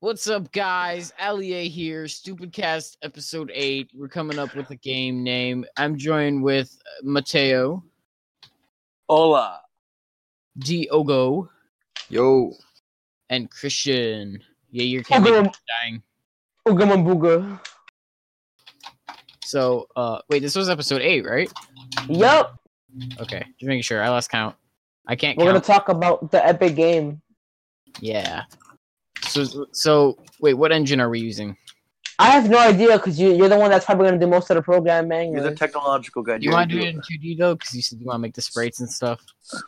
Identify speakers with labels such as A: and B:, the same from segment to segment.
A: What's up, guys? Elia here, Stupid Cast Episode 8. We're coming up with a game name. I'm joined with uh, Mateo,
B: Hola.
A: Diogo,
C: Yo,
A: and Christian. Yeah, your camera
D: Ooga
A: dying.
D: Ooga
A: So, uh, wait, this was episode 8, right?
D: Yup.
A: Okay, just making sure. I lost count. I can't
D: We're gonna
A: count.
D: talk about the epic game.
A: yeah. So, so, wait, what engine are we using?
D: I have no idea because you, you're the one that's probably gonna do most of the programming.
B: You're the
D: anyways.
B: technological guy.
A: Do you
B: You're
A: want to do
B: the-
A: it in 2D, though? Because you said you want to make the sprites and stuff.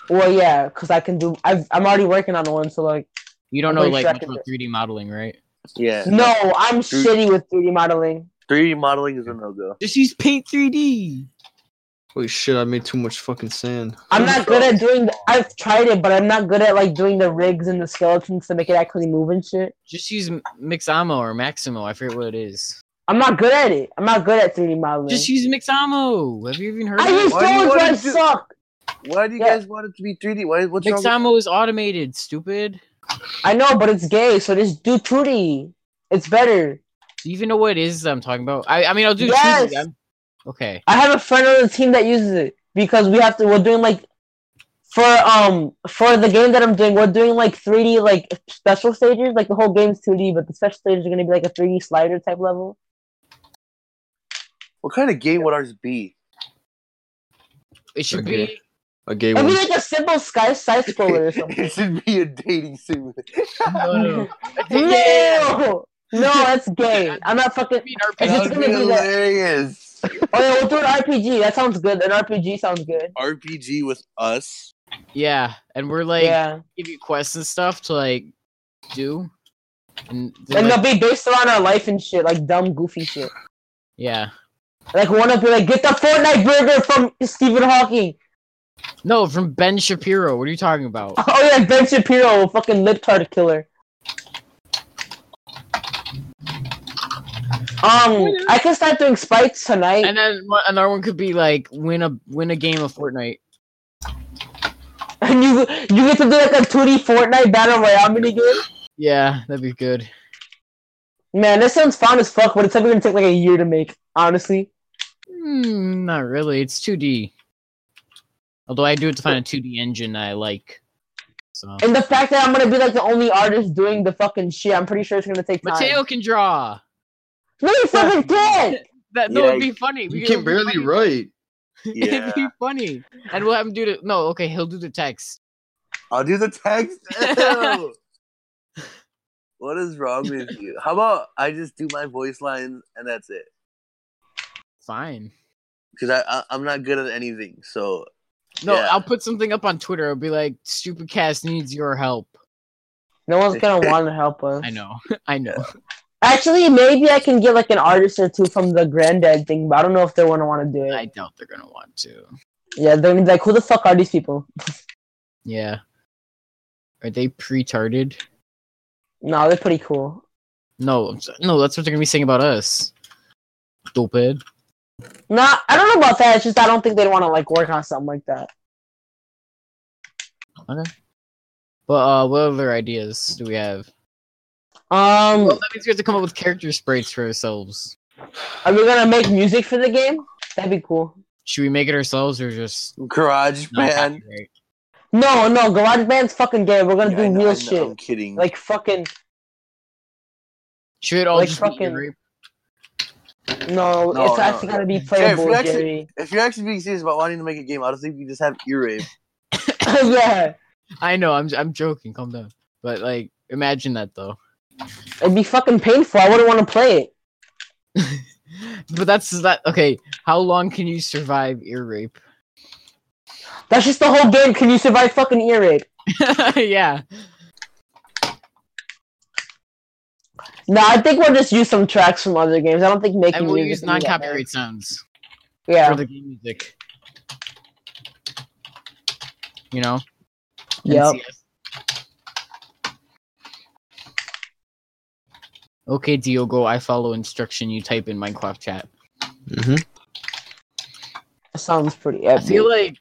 D: well, yeah, because I can do. I've, I'm already working on the one, so like,
A: You don't
D: I'm
A: know,
D: pretty
A: like,
D: sure I
A: much
D: can
A: about
D: do
A: 3D modeling, right?
B: Yeah.
D: no, I'm
B: Dude.
D: shitty with 3D modeling.
B: 3D modeling is a no go.
A: Just use Paint 3D.
C: holy shit! I made too much fucking sand.
D: I'm not good at doing. The, I've tried it, but I'm not good at like doing the rigs and the skeletons to make it actually move and shit.
A: Just use M- Mixamo or Maximo. I forget what it is.
D: I'm not good at it. I'm not good at 3D modeling.
A: Just use Mixamo. Have you even heard
D: I
A: of it?
D: use
B: Why do you
D: those, but
B: wanna
D: I
B: do-
D: suck.
B: Why do you
D: Yeah.
B: guys want it to be 3D? Why, what's wrong? with-
A: Mixamo is automated, stupid.
D: I know, but it's gay, so just do 2D. It's better.
A: Do you even know what it is that I'm talking about? I, I mean, I'll do
D: Yes!
A: 2D. I'm- Okay.
D: I have a friend on the team that uses it because we have to. We're doing like for um for the game that I'm doing, we're doing like 3D like special stages. Like the whole game's 2D, but the special stages are gonna be like a 3D slider type level.
B: What kind of game would ours be?
A: It should
C: Okay.
A: be.
C: A gay
D: It'd
C: one.
D: be like a simple sky side scroller or something.
B: it should be a dating sim.
A: No, no. yeah.
D: No, no, that's gay. I'm not fucking.
A: Be an
D: It's
B: That
D: just
A: RPG.
B: would
D: gonna
B: be
D: be that-
B: hilarious.
D: Oh yeah, we'll do an RPG. That sounds good. An RPG sounds good.
B: RPG with us.
A: Yeah, and we're like
D: yeah,
A: give you quests and stuff to like do. And, they're
D: and
A: like-
D: they'll be based around our life and shit, like dumb, goofy shit.
A: yeah.
D: Like one of be like, get the Fortnite burger from Stephen Hawking.
A: No, from Ben Shapiro. What are you talking about?
D: Oh yeah, Ben Shapiro, fucking lip tart killer. Um, I can start doing spikes tonight.
A: And then one- another one could be like win a win a game of Fortnite.
D: And you you get to do like a 2D Fortnite battle royale minigame.
A: Yeah, that'd be good.
D: Man, this sounds fun as fuck, but it's probably gonna take like a year to make. Honestly,
A: Mm, not really. It's 2D. Although I do have to find a 2D engine that I like. So
D: and the fact that I'm gonna be like the only artist doing the fucking shit, I'm pretty sure it's gonna take time.
A: Mateo can draw.
D: no, you fucking can't.
A: That no,
B: Yeah,
A: it'd be funny.
C: you
A: because
C: can
A: it'd be
C: barely
A: funny.
C: write.
B: Yeah.
A: It'd be funny. And we'll have him do the no. Okay, he'll do the text.
B: I'll do the text. Ew. what is wrong with you? How about I just do my voice lines and that's it?
A: Fine.
B: Because I, I I'm not good at anything. So
A: No,
B: Yeah.
A: I'll put something up on Twitter. I'll be like, "Stupid Cast needs your help."
D: No one's gonna want to help us.
A: I know. I know.
D: Actually, maybe I can get like an artist or two from the granddad thing, but I don't know if they wanna want to do it.
A: I doubt they're gonna want to.
D: Yeah, they're gonna be like, who the fuck are these people?
A: Yeah. Are they pre-tarded?
D: No, they're pretty cool.
A: No, I'm s- no. That's what they're gonna be saying about us. Stupid.
D: Nah, I don't know about that. It's just I don't think they'd want to like work on something like that.
A: But uh, what other ideas do we have? Well,
D: Um,
A: that means we have to come up with character sprites for ourselves.
D: are we gonna make music for the game? That'd be cool.
A: Should we make it ourselves or just
B: Garage
A: no
B: Band.
A: copyright?
D: No, no, GarageBand's fucking gay. We're gonna
B: Yeah, I
D: do
B: know, I
D: real
B: know,
D: shit.
B: I'm kidding.
D: Like fucking
A: Should it all
D: Like
A: just
D: fucking-
A: be
D: no,
B: No,
D: it's
B: no.
D: actually gonna be
B: if
D: playable,
B: you actually-
D: Jerry.
B: if you're actually being serious about wanting to make a game, I don't think you just have ear rape.
D: yeah,
A: I know, I'm I'm joking. Calm down. But like, imagine that though.
D: it'd be fucking painful. I wouldn't want to play it.
A: But that's that. Okay, how long can you survive ear rape?
D: That's just the whole game. Can you survive fucking ear rape?
A: yeah.
D: No, I think we'll just use some tracks from other games. I don't think making
A: And we'll
D: music
A: use
D: would be that bad.
A: non-copyright sounds
D: Yeah,
A: for the game music. You know.
D: yeah.
A: NCS. Okay, Diogo, I follow instruction you type in Minecraft chat.
C: Mm-hmm.
D: Sounds pretty
A: I
D: epic.
A: feel like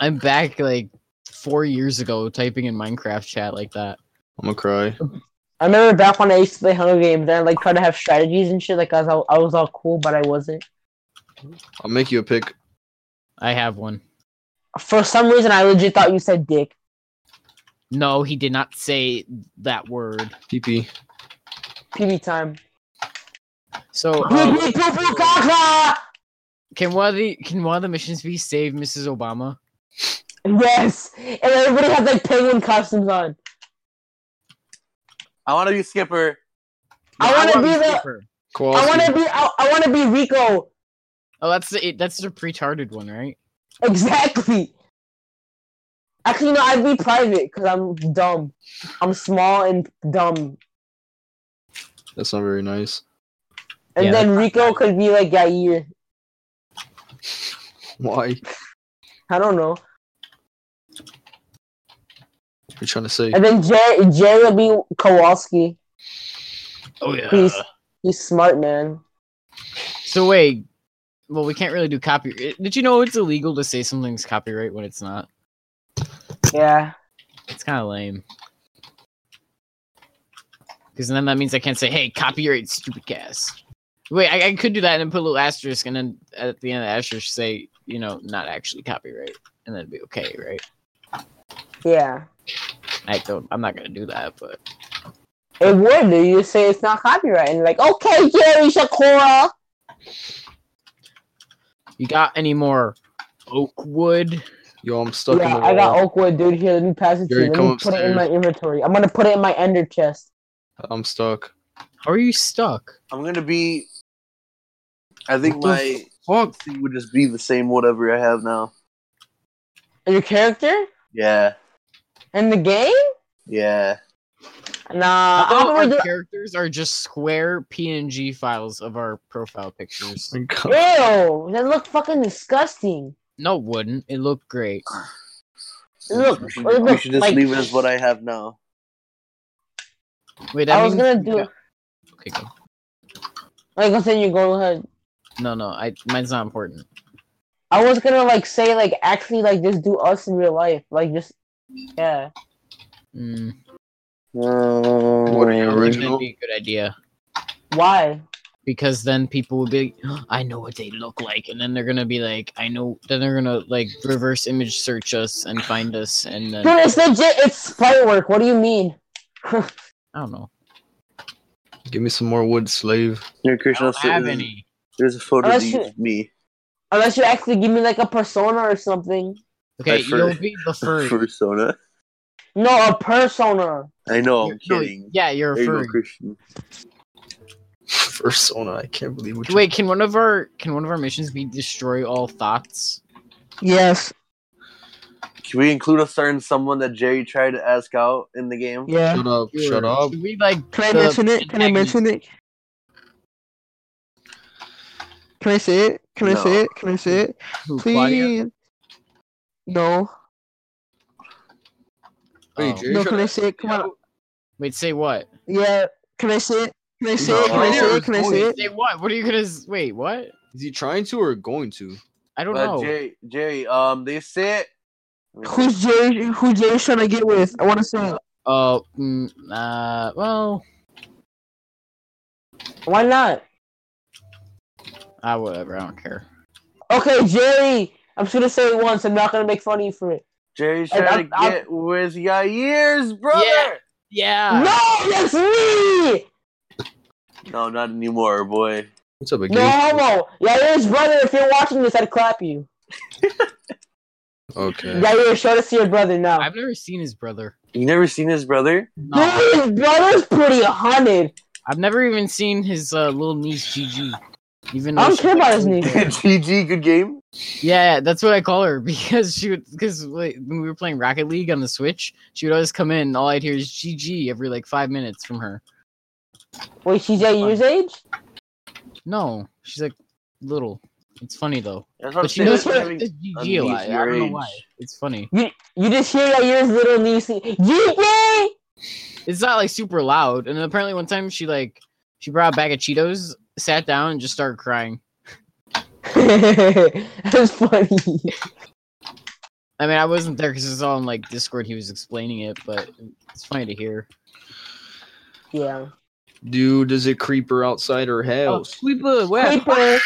A: I'm back like four years ago typing in Minecraft chat like that.
C: I'm gonna cry.
D: I remember back when I used to play Hunger Games, and I like tried to have strategies and shit. Like I was, all, I was all cool, but I wasn't.
C: I'll make you a pick.
A: I have one.
D: For some reason, I legit thought you said dick.
A: No, he did not say that word.
C: PP.
D: PB time.
A: So
D: Big
A: uh,
D: me poo poo caw caw!
A: can one of the can one of the missions be save Mrs. Obama?
D: Yes, and everybody had like penguin costumes on.
B: I want to be skipper.
D: I wanna be the-
A: Skipper.
D: I want to
C: Kowalski.
D: be, I, I want to be Rico.
A: Oh, that's the that's the retarded one, right?
D: Exactly. Actually, no, I'd be private because I'm dumb. I'm small and dumb.
C: That's not very nice.
D: And
A: Yeah,
D: then Rico could be like Yair.
C: Why?
D: I don't know.
C: You're trying to say.
D: And then Jerry, Jerry will be Kowalski.
A: Oh yeah.
D: He's he's smart, man.
A: So wait, well we can't really do copyright. Did you know it's illegal to say something's copyright when it's not?
D: Yeah.
A: It's kind of lame. Because then that means I can't say, "Hey, copyright, stupid cast." Wait, I, I could do that and then put a little asterisk, and then at the end of the asterisk say, you know, not actually copyright, and that'd be okay, right?
D: Yeah.
A: I don't. I'm not gonna do that, but
D: It would. You just say it's not copyright, and like, okay, Jerry Shakura.
A: you got any more Oakwood?
C: Yo, I'm stuck
D: yeah,
C: in the
D: I got
C: wall.
D: Oakwood, dude. Here, let me pass it
C: Jerry,
D: to you.
C: come
D: Let me put it in my inventory. I'm gonna put it in my ender chest.
C: I'm stuck.
A: How are you stuck?
B: I'm gonna be. I think
A: What the
B: my
A: Fuck.
B: thing would just be the same whatever I have now.
D: Your character
B: Yeah,
D: in the game?
B: yeah.
D: Nah.
A: How
D: I'm
A: about
D: gonna
A: our
D: do-
A: characters are just square PNG files of our profile pictures.
C: My God.
D: Ew, that looked fucking disgusting.
A: No, it wouldn't. It looked great.
D: Look,
B: we should,
D: look,
B: we should just
D: like-
B: leave it as what I have now.
A: Wait, that
D: I was
A: means-
D: gonna do it.
A: Okay, go.
D: Like, I'm saying, you go ahead.
A: No, no, I mine's not important.
D: I was gonna like say like actually like just do us in real life, like just yeah.
A: Mm.
C: What are you,
A: That'd
C: original?
A: be a good idea
D: Why?
A: because then people would be, I know what they look like, and then they're gonna be like, I know. Then they're gonna like reverse image search us and find us, and then
D: Dude, it's legit. It's sprite work. What do you mean?
A: I don't know.
C: Give me some more wood, slave.
B: Here,
A: I
B: Krishna.
A: don't have
B: there's-
A: any. Oh,
B: There's a photo of
D: Unless
B: you- me
D: Unless you actually give me like a persona or something.
A: Okay,
B: fur-
A: you'll be the furry.
B: persona.
D: No, a persona.
B: I know. I'm
A: You're- no,
B: kidding.
A: yeah, you're
B: There
A: a
B: you go,
A: furry.
B: Krishna.
C: Persona. I can't believe what you.
A: Wait, can one of our can one of our missions be destroy all thoughts?
D: Yes.
B: Can we include a certain someone that Jerry tried to ask out in the game?
D: Yeah.
C: Shut up. Shut up.
A: Should we like
D: Can I
A: the
D: mention it? Can I
A: antagonist-
D: mention it?
E: Can I say it? Can I
B: No.
E: say it? Can I say it?
A: who, Claudia?
E: Please. No.
A: Oh.
C: Jerry,
E: No,
C: shut
E: can I
C: up.
E: say it? Come on.
A: Wait, say what?
E: Yeah. Can I say it? Can I say it? Can I say it? Can I say it?
A: Say what? What are you gonna s- wait? What?
C: Is he trying to or going to?
A: I don't
B: But
A: know.
B: Jerry, Jerry, um, they said.
E: Who's Jerry? Who Jerry's trying to get with? I want to say it.
A: Oh, mm, uh, well,
D: Why not?
A: ah, whatever. I don't care.
D: Okay, Jerry. I'm just gonna say it once. I'm not gonna make fun of you for it.
B: Jerry's
D: And
B: trying to
D: I'm- I'm-
B: get with Yair's brother.
A: Yeah.
D: no, that's me.
B: No, not anymore, boy.
C: What's up, again?
D: No homo. Yair's brother. If you're watching this, I'd clap you.
C: Okay.
D: Yair, show this to your brother now.
A: I've never seen his brother.
B: You never seen his brother?
A: No,
D: Dude, his brother's pretty haunted.
A: I've never even seen his uh, little niece Gigi. Even
D: I
A: though
D: don't
A: she-
D: care about his niece.
B: GG, good game.
A: Yeah, that's what I call her because she would because like, when we were playing Rocket League on the Switch, she would always come in. And all I'd hear is GG every like five minutes from her.
D: Wait, she's eight years age?
A: No, she's like little. It's funny though,
B: That's what I'm
A: but she
B: saying.
A: knows
B: That's
A: her
B: having
A: says
B: a
A: GG
B: niece
A: a lot. I
B: your
A: don't know
B: age.
A: why. It's funny.
D: You you just hear Yair's little niece. Yay!
A: It's not like super loud. And then apparently one time she like she brought a bag of Cheetos, sat down, and just started crying.
D: That's funny.
A: I mean, I wasn't there because it's all on like Discord. He was explaining it, but it's funny to hear.
D: Yeah.
C: Dude, is it creeper outside her
A: Oh,
C: house?
A: Sweeper, where?
D: Creeper.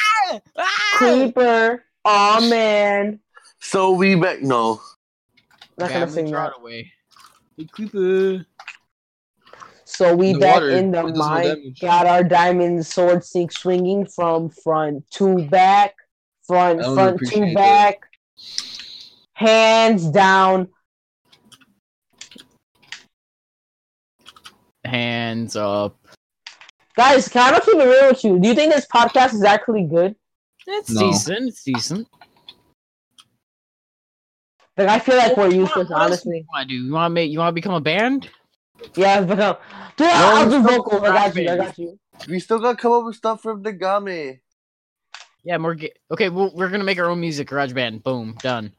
A: Ah!
D: Creeper. Oh man.
B: So we back. No.
D: I'm not gonna
A: Family
D: sing that.
A: Broadway. Hey, Creeper.
D: So we
C: The
D: back
C: water,
D: in the
C: it does no
D: mine.
C: damage.
D: Got our diamond sword sink swinging from front to back, front
C: I don't
D: front to
C: appreciate
D: back, hands down.
A: Hands up.
D: Guys, can I not keep it real with you? Do you think this podcast is actually good?
A: It's
C: No.
A: decent. It's decent.
D: Like I feel like we're useless,
A: What else
D: honestly.
A: You want to do? You want to make? You want to become a band?
D: Yeah, but no. Dude,
B: No,
D: I'll
B: it's
D: do
B: not
D: vocals. I got you. I
A: rapping.
D: got you.
B: We still gotta come up with stuff from Nagame.
A: Yeah, more. Ga- okay, well, we're gonna make our own music, garage band. Boom, done.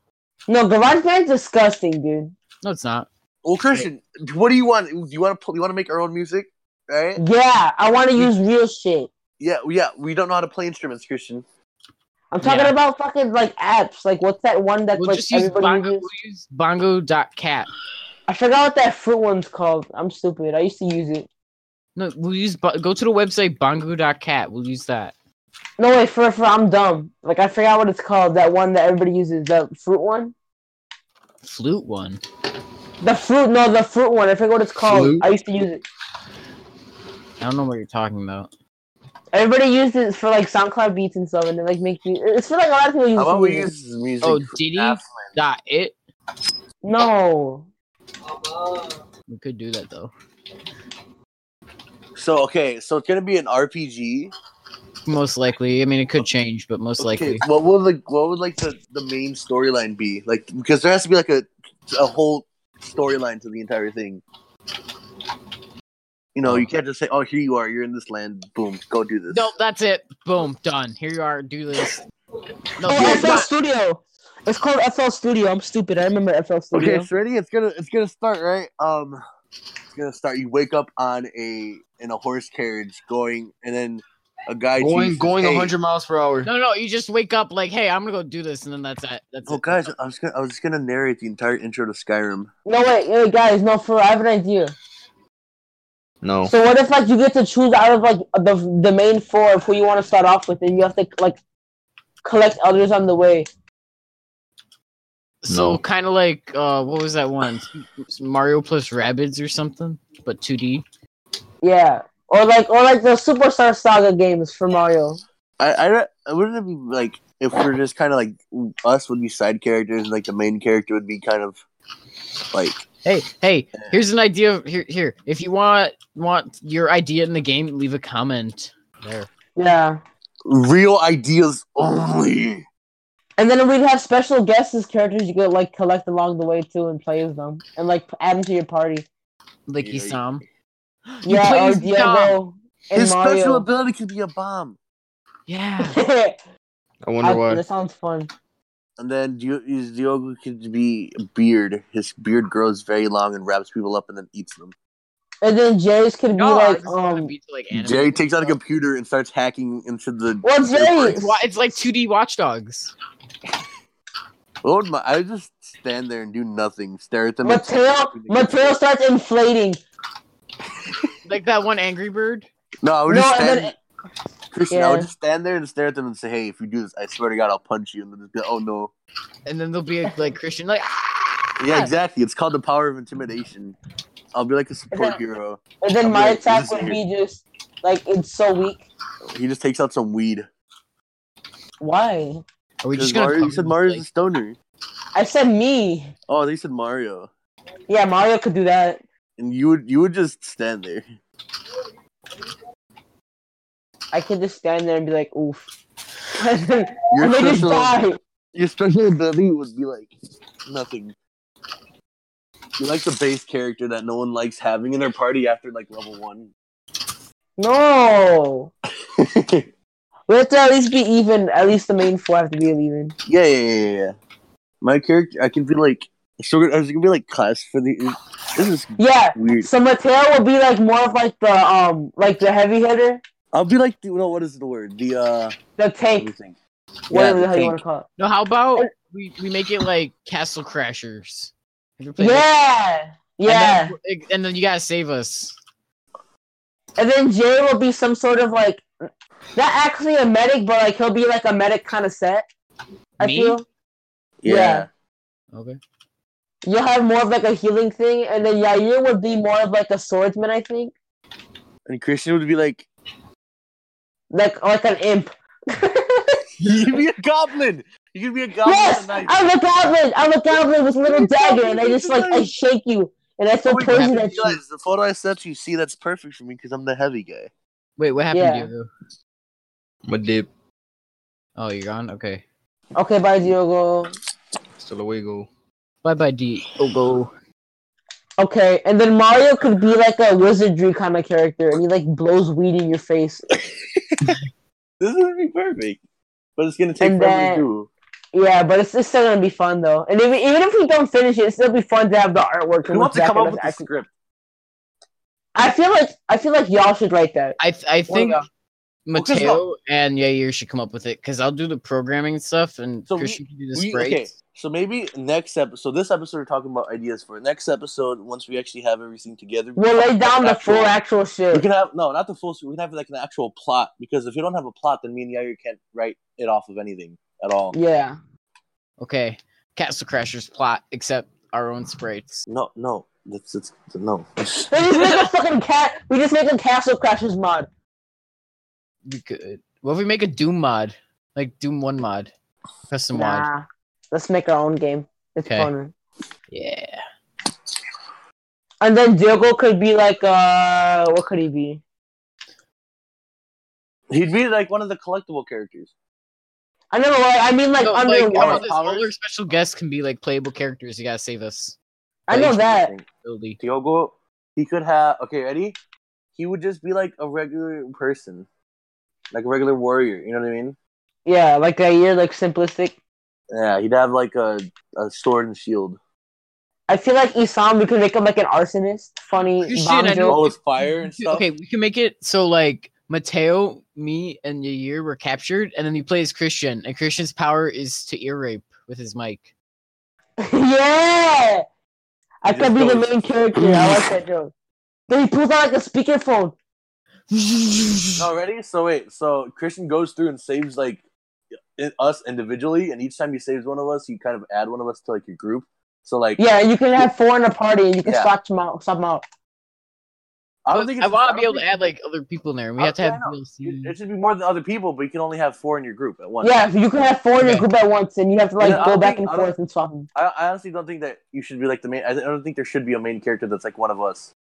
D: No, GarageBand's disgusting, dude.
A: No, it's not.
B: Well, Christian, what do you want? Do you want to you want to make our own music, right?
D: Yeah, I want to use real shit.
B: Yeah, yeah. We don't know how to play instruments, Christian.
D: I'm talking
A: Yeah.
D: about fucking like apps. Like, what's that one that
A: We'll
D: like
A: just use
D: everybody
A: bongo.
D: uses?
A: We'll use bongo dot cat.
D: I forgot what that fruit one's called. I'm stupid. I used to use it.
A: No, we'll use. bo- Go to the website bongo dot cat. We'll use that.
D: No wait, for for I'm dumb. Like I forgot what it's called. That one that everybody uses. The fruit one.
A: Flute one.
D: The fruit. No, the fruit one. I forgot what it's called.
C: Flute?
D: I used to use it.
A: I don't know what you're talking about.
D: Everybody used it for like SoundCloud beats and stuff, and then like make you. It's for like a lot of people use.
B: How about
D: it.
B: we use music?
A: Oh,
B: from
A: Diddy?
B: Apple?
A: Dot it.
D: No.
A: We could do that though.
B: So okay, so it's gonna be an RPG.
A: Most likely. I mean, it
D: Oh.
A: could change, but most
B: Okay,
A: likely.
B: what would like what would like the, the main storyline be? Like because there has to be like a a whole storyline to the entire thing. You know, you can't just say, "Oh, here you are. You're in this land. Boom, go do this."
A: Nope, that's it. Boom, done. Here you are. Do this. No,
D: Oh,
A: it's
D: FL
A: not-
D: Studio. It's called FL Studio. I'm stupid. I remember FL Studio.
B: Okay, so ready? It's gonna it's gonna start right. Um, it's gonna start. You wake up on a in a horse carriage going, and then a guy
C: Going
B: Jesus,
C: going
B: hey,
C: 100 miles per hour.
A: no, no. You just wake up like, hey, I'm gonna go do this, and then that's it. That's
B: Oh,
A: it.
B: guys, I was gonna I was just gonna narrate the entire intro to Skyrim.
D: No wait, wait, guys. No, for I have an idea.
C: No.
D: So what if like you get to choose out of like the the main four of who you want to start off with, and you have to like collect others on the way?
A: So
C: No.
A: kind of like uh, what was that one? S- Mario plus Rabbids or something, but 2D.
D: Yeah, or like or like the Superstar Saga games for Mario.
B: I, I re- wouldn't it be like if we're just kind of like us would be side characters, and like the main character would be kind of like
A: Hey, hey, here's an idea. Of, here, here. If you want want your idea in the game, leave a comment there.
D: Yeah,
B: real ideas only.
D: and then we'd have special guests as characters you could like collect along the way too and play as them, and like add them to your party.
A: Like
B: Yeah, you-
A: Isam. You
D: Yeah,
A: play
D: or
A: as Isam.
D: Diego and
B: His
D: Mario.
B: special ability could be a bomb.
A: Yeah.
C: I wonder
D: I-
C: why.
D: That sounds fun.
B: And then Di- is Diogo could be a beard. His beard grows very long and wraps people up and then eats them.
D: And then Jay's could be
A: No, I
D: like,
A: just wanna
D: um,
A: be to, like, anime
B: Jerry takes out a
A: stuff.
B: computer and starts hacking into the.
D: Well, Jerry-
A: It's wa- It's like 2D Watchdogs.
B: What would Oh, my, I would just stand there and do nothing, stare at them. and-
D: Mateo. Mateo starts inflating.
A: Like that one Angry Bird.
B: No, I would
D: No,
B: just
D: and
B: stand.
D: then
B: Christian, I would
D: Yeah.
B: just stand there and stare at them and say, "Hey, if you do this, I swear to God, I'll punch you." And they'll just be, like, "Oh no."
A: And then there'll be a, like Christian, like, "Ah!"
B: Yeah, exactly. It's called the power of intimidation. I'll be like a support
D: Yeah.
B: hero.
D: And then
B: I'm
D: my
B: like,
D: attack
B: this
D: would
B: is
D: be just like it's so weak.
B: He just takes out some weed.
D: Why?
A: Are we just
B: 'Cause
A: gonna?
B: Mario, you
A: cover
B: said
A: this,
B: Mario's
A: like-
B: a stoner.
D: I said me.
B: Oh, they said Mario,
D: Yeah, Mario could do that.
B: and you would you would just stand there.
D: I could just stand there and be like, oof. and they
B: Your
D: just
B: special,
D: die.
B: your special ability would be like nothing. You're like the base character that no one likes having in their party after like level one.
D: No. We have to at least be even. At least the main four have to be even.
B: Yeah, yeah, yeah, yeah, yeah. My character, I can be like, so I was gonna be like class for the. This is
D: Yeah.
B: weird.
D: So Mateo would be like more of like the um like the heavy hitter,
B: I'll be like, the, no, what is the word? The uh,
D: the
B: what do you
D: tank,
B: think?
D: whatever
B: the
D: the hell you
B: tank.
D: want to call it.
A: No, how about we, we make it like Castle Crashers? Have you played that?
D: Yeah.
A: And
D: Yeah.
A: then- And then, you gotta save us.
D: And then Jay will be some sort of like not actually a medic, but like he'll be like a medic kind of set. I
A: Me?
D: feel. Yeah.
A: Okay.
D: You'll have more of like a healing thing, and then Yair would be more of like a swordsman, I think.
B: And Christian would be like,
D: Like like an imp.
B: you could be a goblin. You could be a goblin.
D: yes!
B: tonight."
D: I'm a goblin! I'm a goblin with a little
B: You're
D: dagger,
B: talking
D: and I just like I
B: tonight.
D: shake you and I throw
B: Oh, wait,
D: poison
B: you
D: at you.
B: guys, the photo I sent you, see, that's perfect for me because I'm the heavy guy.
A: Wait, what happened
D: Yeah.
A: to you?
C: I'm a dip.
A: Oh, you're gone. Okay.
D: Okay, bye Diogo.
C: Still a wiggle.
A: Bye, bye, D. Oh, go.
D: Okay, and then Mario could be like a wizardry kind of character, and he like blows weed in your face.
B: This is gonna be perfect, but it's gonna take
D: And
B: forever
D: then-
B: to do.
D: Yeah, but it's, it's still gonna be fun though. And even, even if we don't finish it, it's still be fun to have the artwork.
B: Who wants to come
D: look back
B: up
D: at
B: with
D: us
B: the
D: acting-
B: script?
D: I feel like I feel like y'all should write that.
A: I th- I think
D: Well,
B: because
A: Mateo and Yair should come up with it because I'll do the programming stuff and
B: So we-
A: Christian can do the
B: We-
A: sprites.
B: okay, so maybe next episode. So this episode, we're talking about ideas for next episode. Once we actually have everything together, we
D: We'll
B: can
D: lay
B: have
D: down
B: an
D: the
B: actual-
D: full actual
B: We
D: shit.
B: can have no, not the full. We can have like an actual plot because if you don't have a plot, then me and Yair can't write it off of anything at all.
D: Yeah.
A: Okay. Castle Crashers plot, except our own sprites.
B: No, no, that's, that's no.
D: We just make a fucking cat. We just make a Castle Crashers mod.
A: We could. What if we make a Doom mod? Like Doom 1 mod. Custom mod.
D: Nah. Let's make our own game. It's
A: Okay.
D: fun.
A: Yeah.
D: And then Diogo could be like, uh, what could he be?
B: He'd be like one of the collectible characters.
D: I know. Like, I mean, like
A: No, like,
D: underwater.
A: all,
B: Underwater
A: this,
B: powers?
A: all our special guests can be like playable characters. You gotta save us.
D: I know
A: like,
D: that.
A: Ability.
B: Diogo, he could have. Okay, ready? He would just be like a regular person, like a regular warrior. You know what I mean?
D: Yeah, like a year, like simplistic.
B: Yeah, he'd have like a, a sword and shield.
D: I feel like Isam, we could make him like an arsonist, funny
A: Christian,
D: bomb
A: I
D: joke.
A: know-
B: Oh, with fire and stuff.
A: Okay, we can make it so like Mateo, me, and Yair were captured, and then he plays Christian, and Christian's power is to ear rape with his mic.
D: yeah,
B: He
D: I could
B: just
D: be the
B: goes-
D: main character. I like that joke. Then he pulls out like a speakerphone.
B: No, ready? So wait, so Christian goes through and saves like i- us individually, and each time he saves one of us, you kind of add one of us to like your group. So like,
D: Yeah, you can have four in a party, and you can
B: Yeah.
D: stop them out. Stop 'em out.
A: I,
B: I don't think it's,
A: want
B: I
A: to be
B: don't
A: able to
B: think-
A: add like other people in there. and We
B: I-
A: have to
B: yeah,
A: have
B: I know. It it
A: DLC.
B: should be more than other people, but you can only have four in your group at once.
D: Yeah, you can have four in your
A: Okay.
D: group at once, and you have to
B: And
D: like
B: I
D: go
B: don't
D: back
B: think-
D: and
B: I don't-
D: forth and swap them.
B: I, I honestly don't think that you should be like the main. I don't think there should be a main character that's like one of us.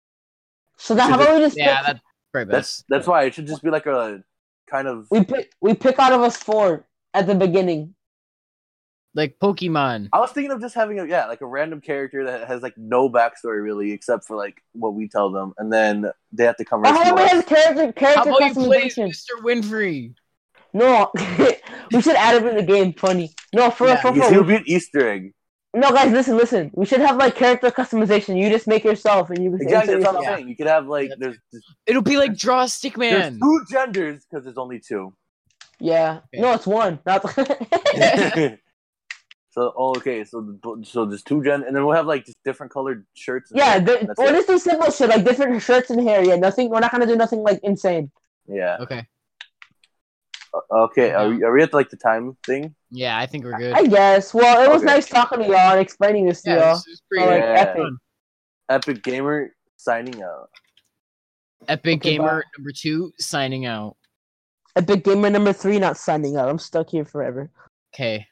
D: So then,
B: Should
D: how about we just
A: Yeah,
D: pick,
A: that's probably
B: That's
A: best.
B: that's why it should just be like a kind of.
D: we pick we pick out of us four at the beginning?
A: like Pokemon.
B: I was thinking of just having a yeah, like a random character that has like no backstory really, except for like what we tell them, and then they have to come
D: Or how
B: rescue
D: about we
B: us.
D: have character
A: How
D: character
A: about you play
D: customization?
A: Mr. Winfrey?
D: No, we should add him in the game. Funny. No, for
A: Yeah,
D: for
B: Because
D: for.
B: He'll be an Easter egg.
D: No, guys, listen, listen. We should have like character customization. You just make yourself, and you can
B: Exactly,
D: insert
B: that's what I'm
D: yourself.
B: saying. You could have like there's
A: It'll be like Draw a
B: there's
A: Stickman.
B: two genders because there's only two.
D: Yeah.
A: Okay.
D: No, it's one. Not.
B: so oh, okay, so the- so there's two gen, and then we'll have like just different colored shirts. and
D: yeah.
B: stuff,
D: The,
B: and that's
D: or
B: it.
D: just do simple shit like different shirts and hair. Yeah. Nothing. We're not gonna do nothing like insane.
B: yeah.
A: Okay.
B: Okay, are, we- are we at like the time thing?
A: Yeah, I think we're good.
D: I guess. Well, it was
B: Okay.
D: nice talking to y'all and explaining this to
A: yeah,
D: y'all.
A: this is pretty
D: Oh, like,
A: good.
B: Yeah.
D: epic.
B: Epic Gamer signing out.
A: Epic
D: Okay,
A: Gamer number two signing out.
D: Epic Gamer number three not signing up. I'm stuck here forever.
A: Okay.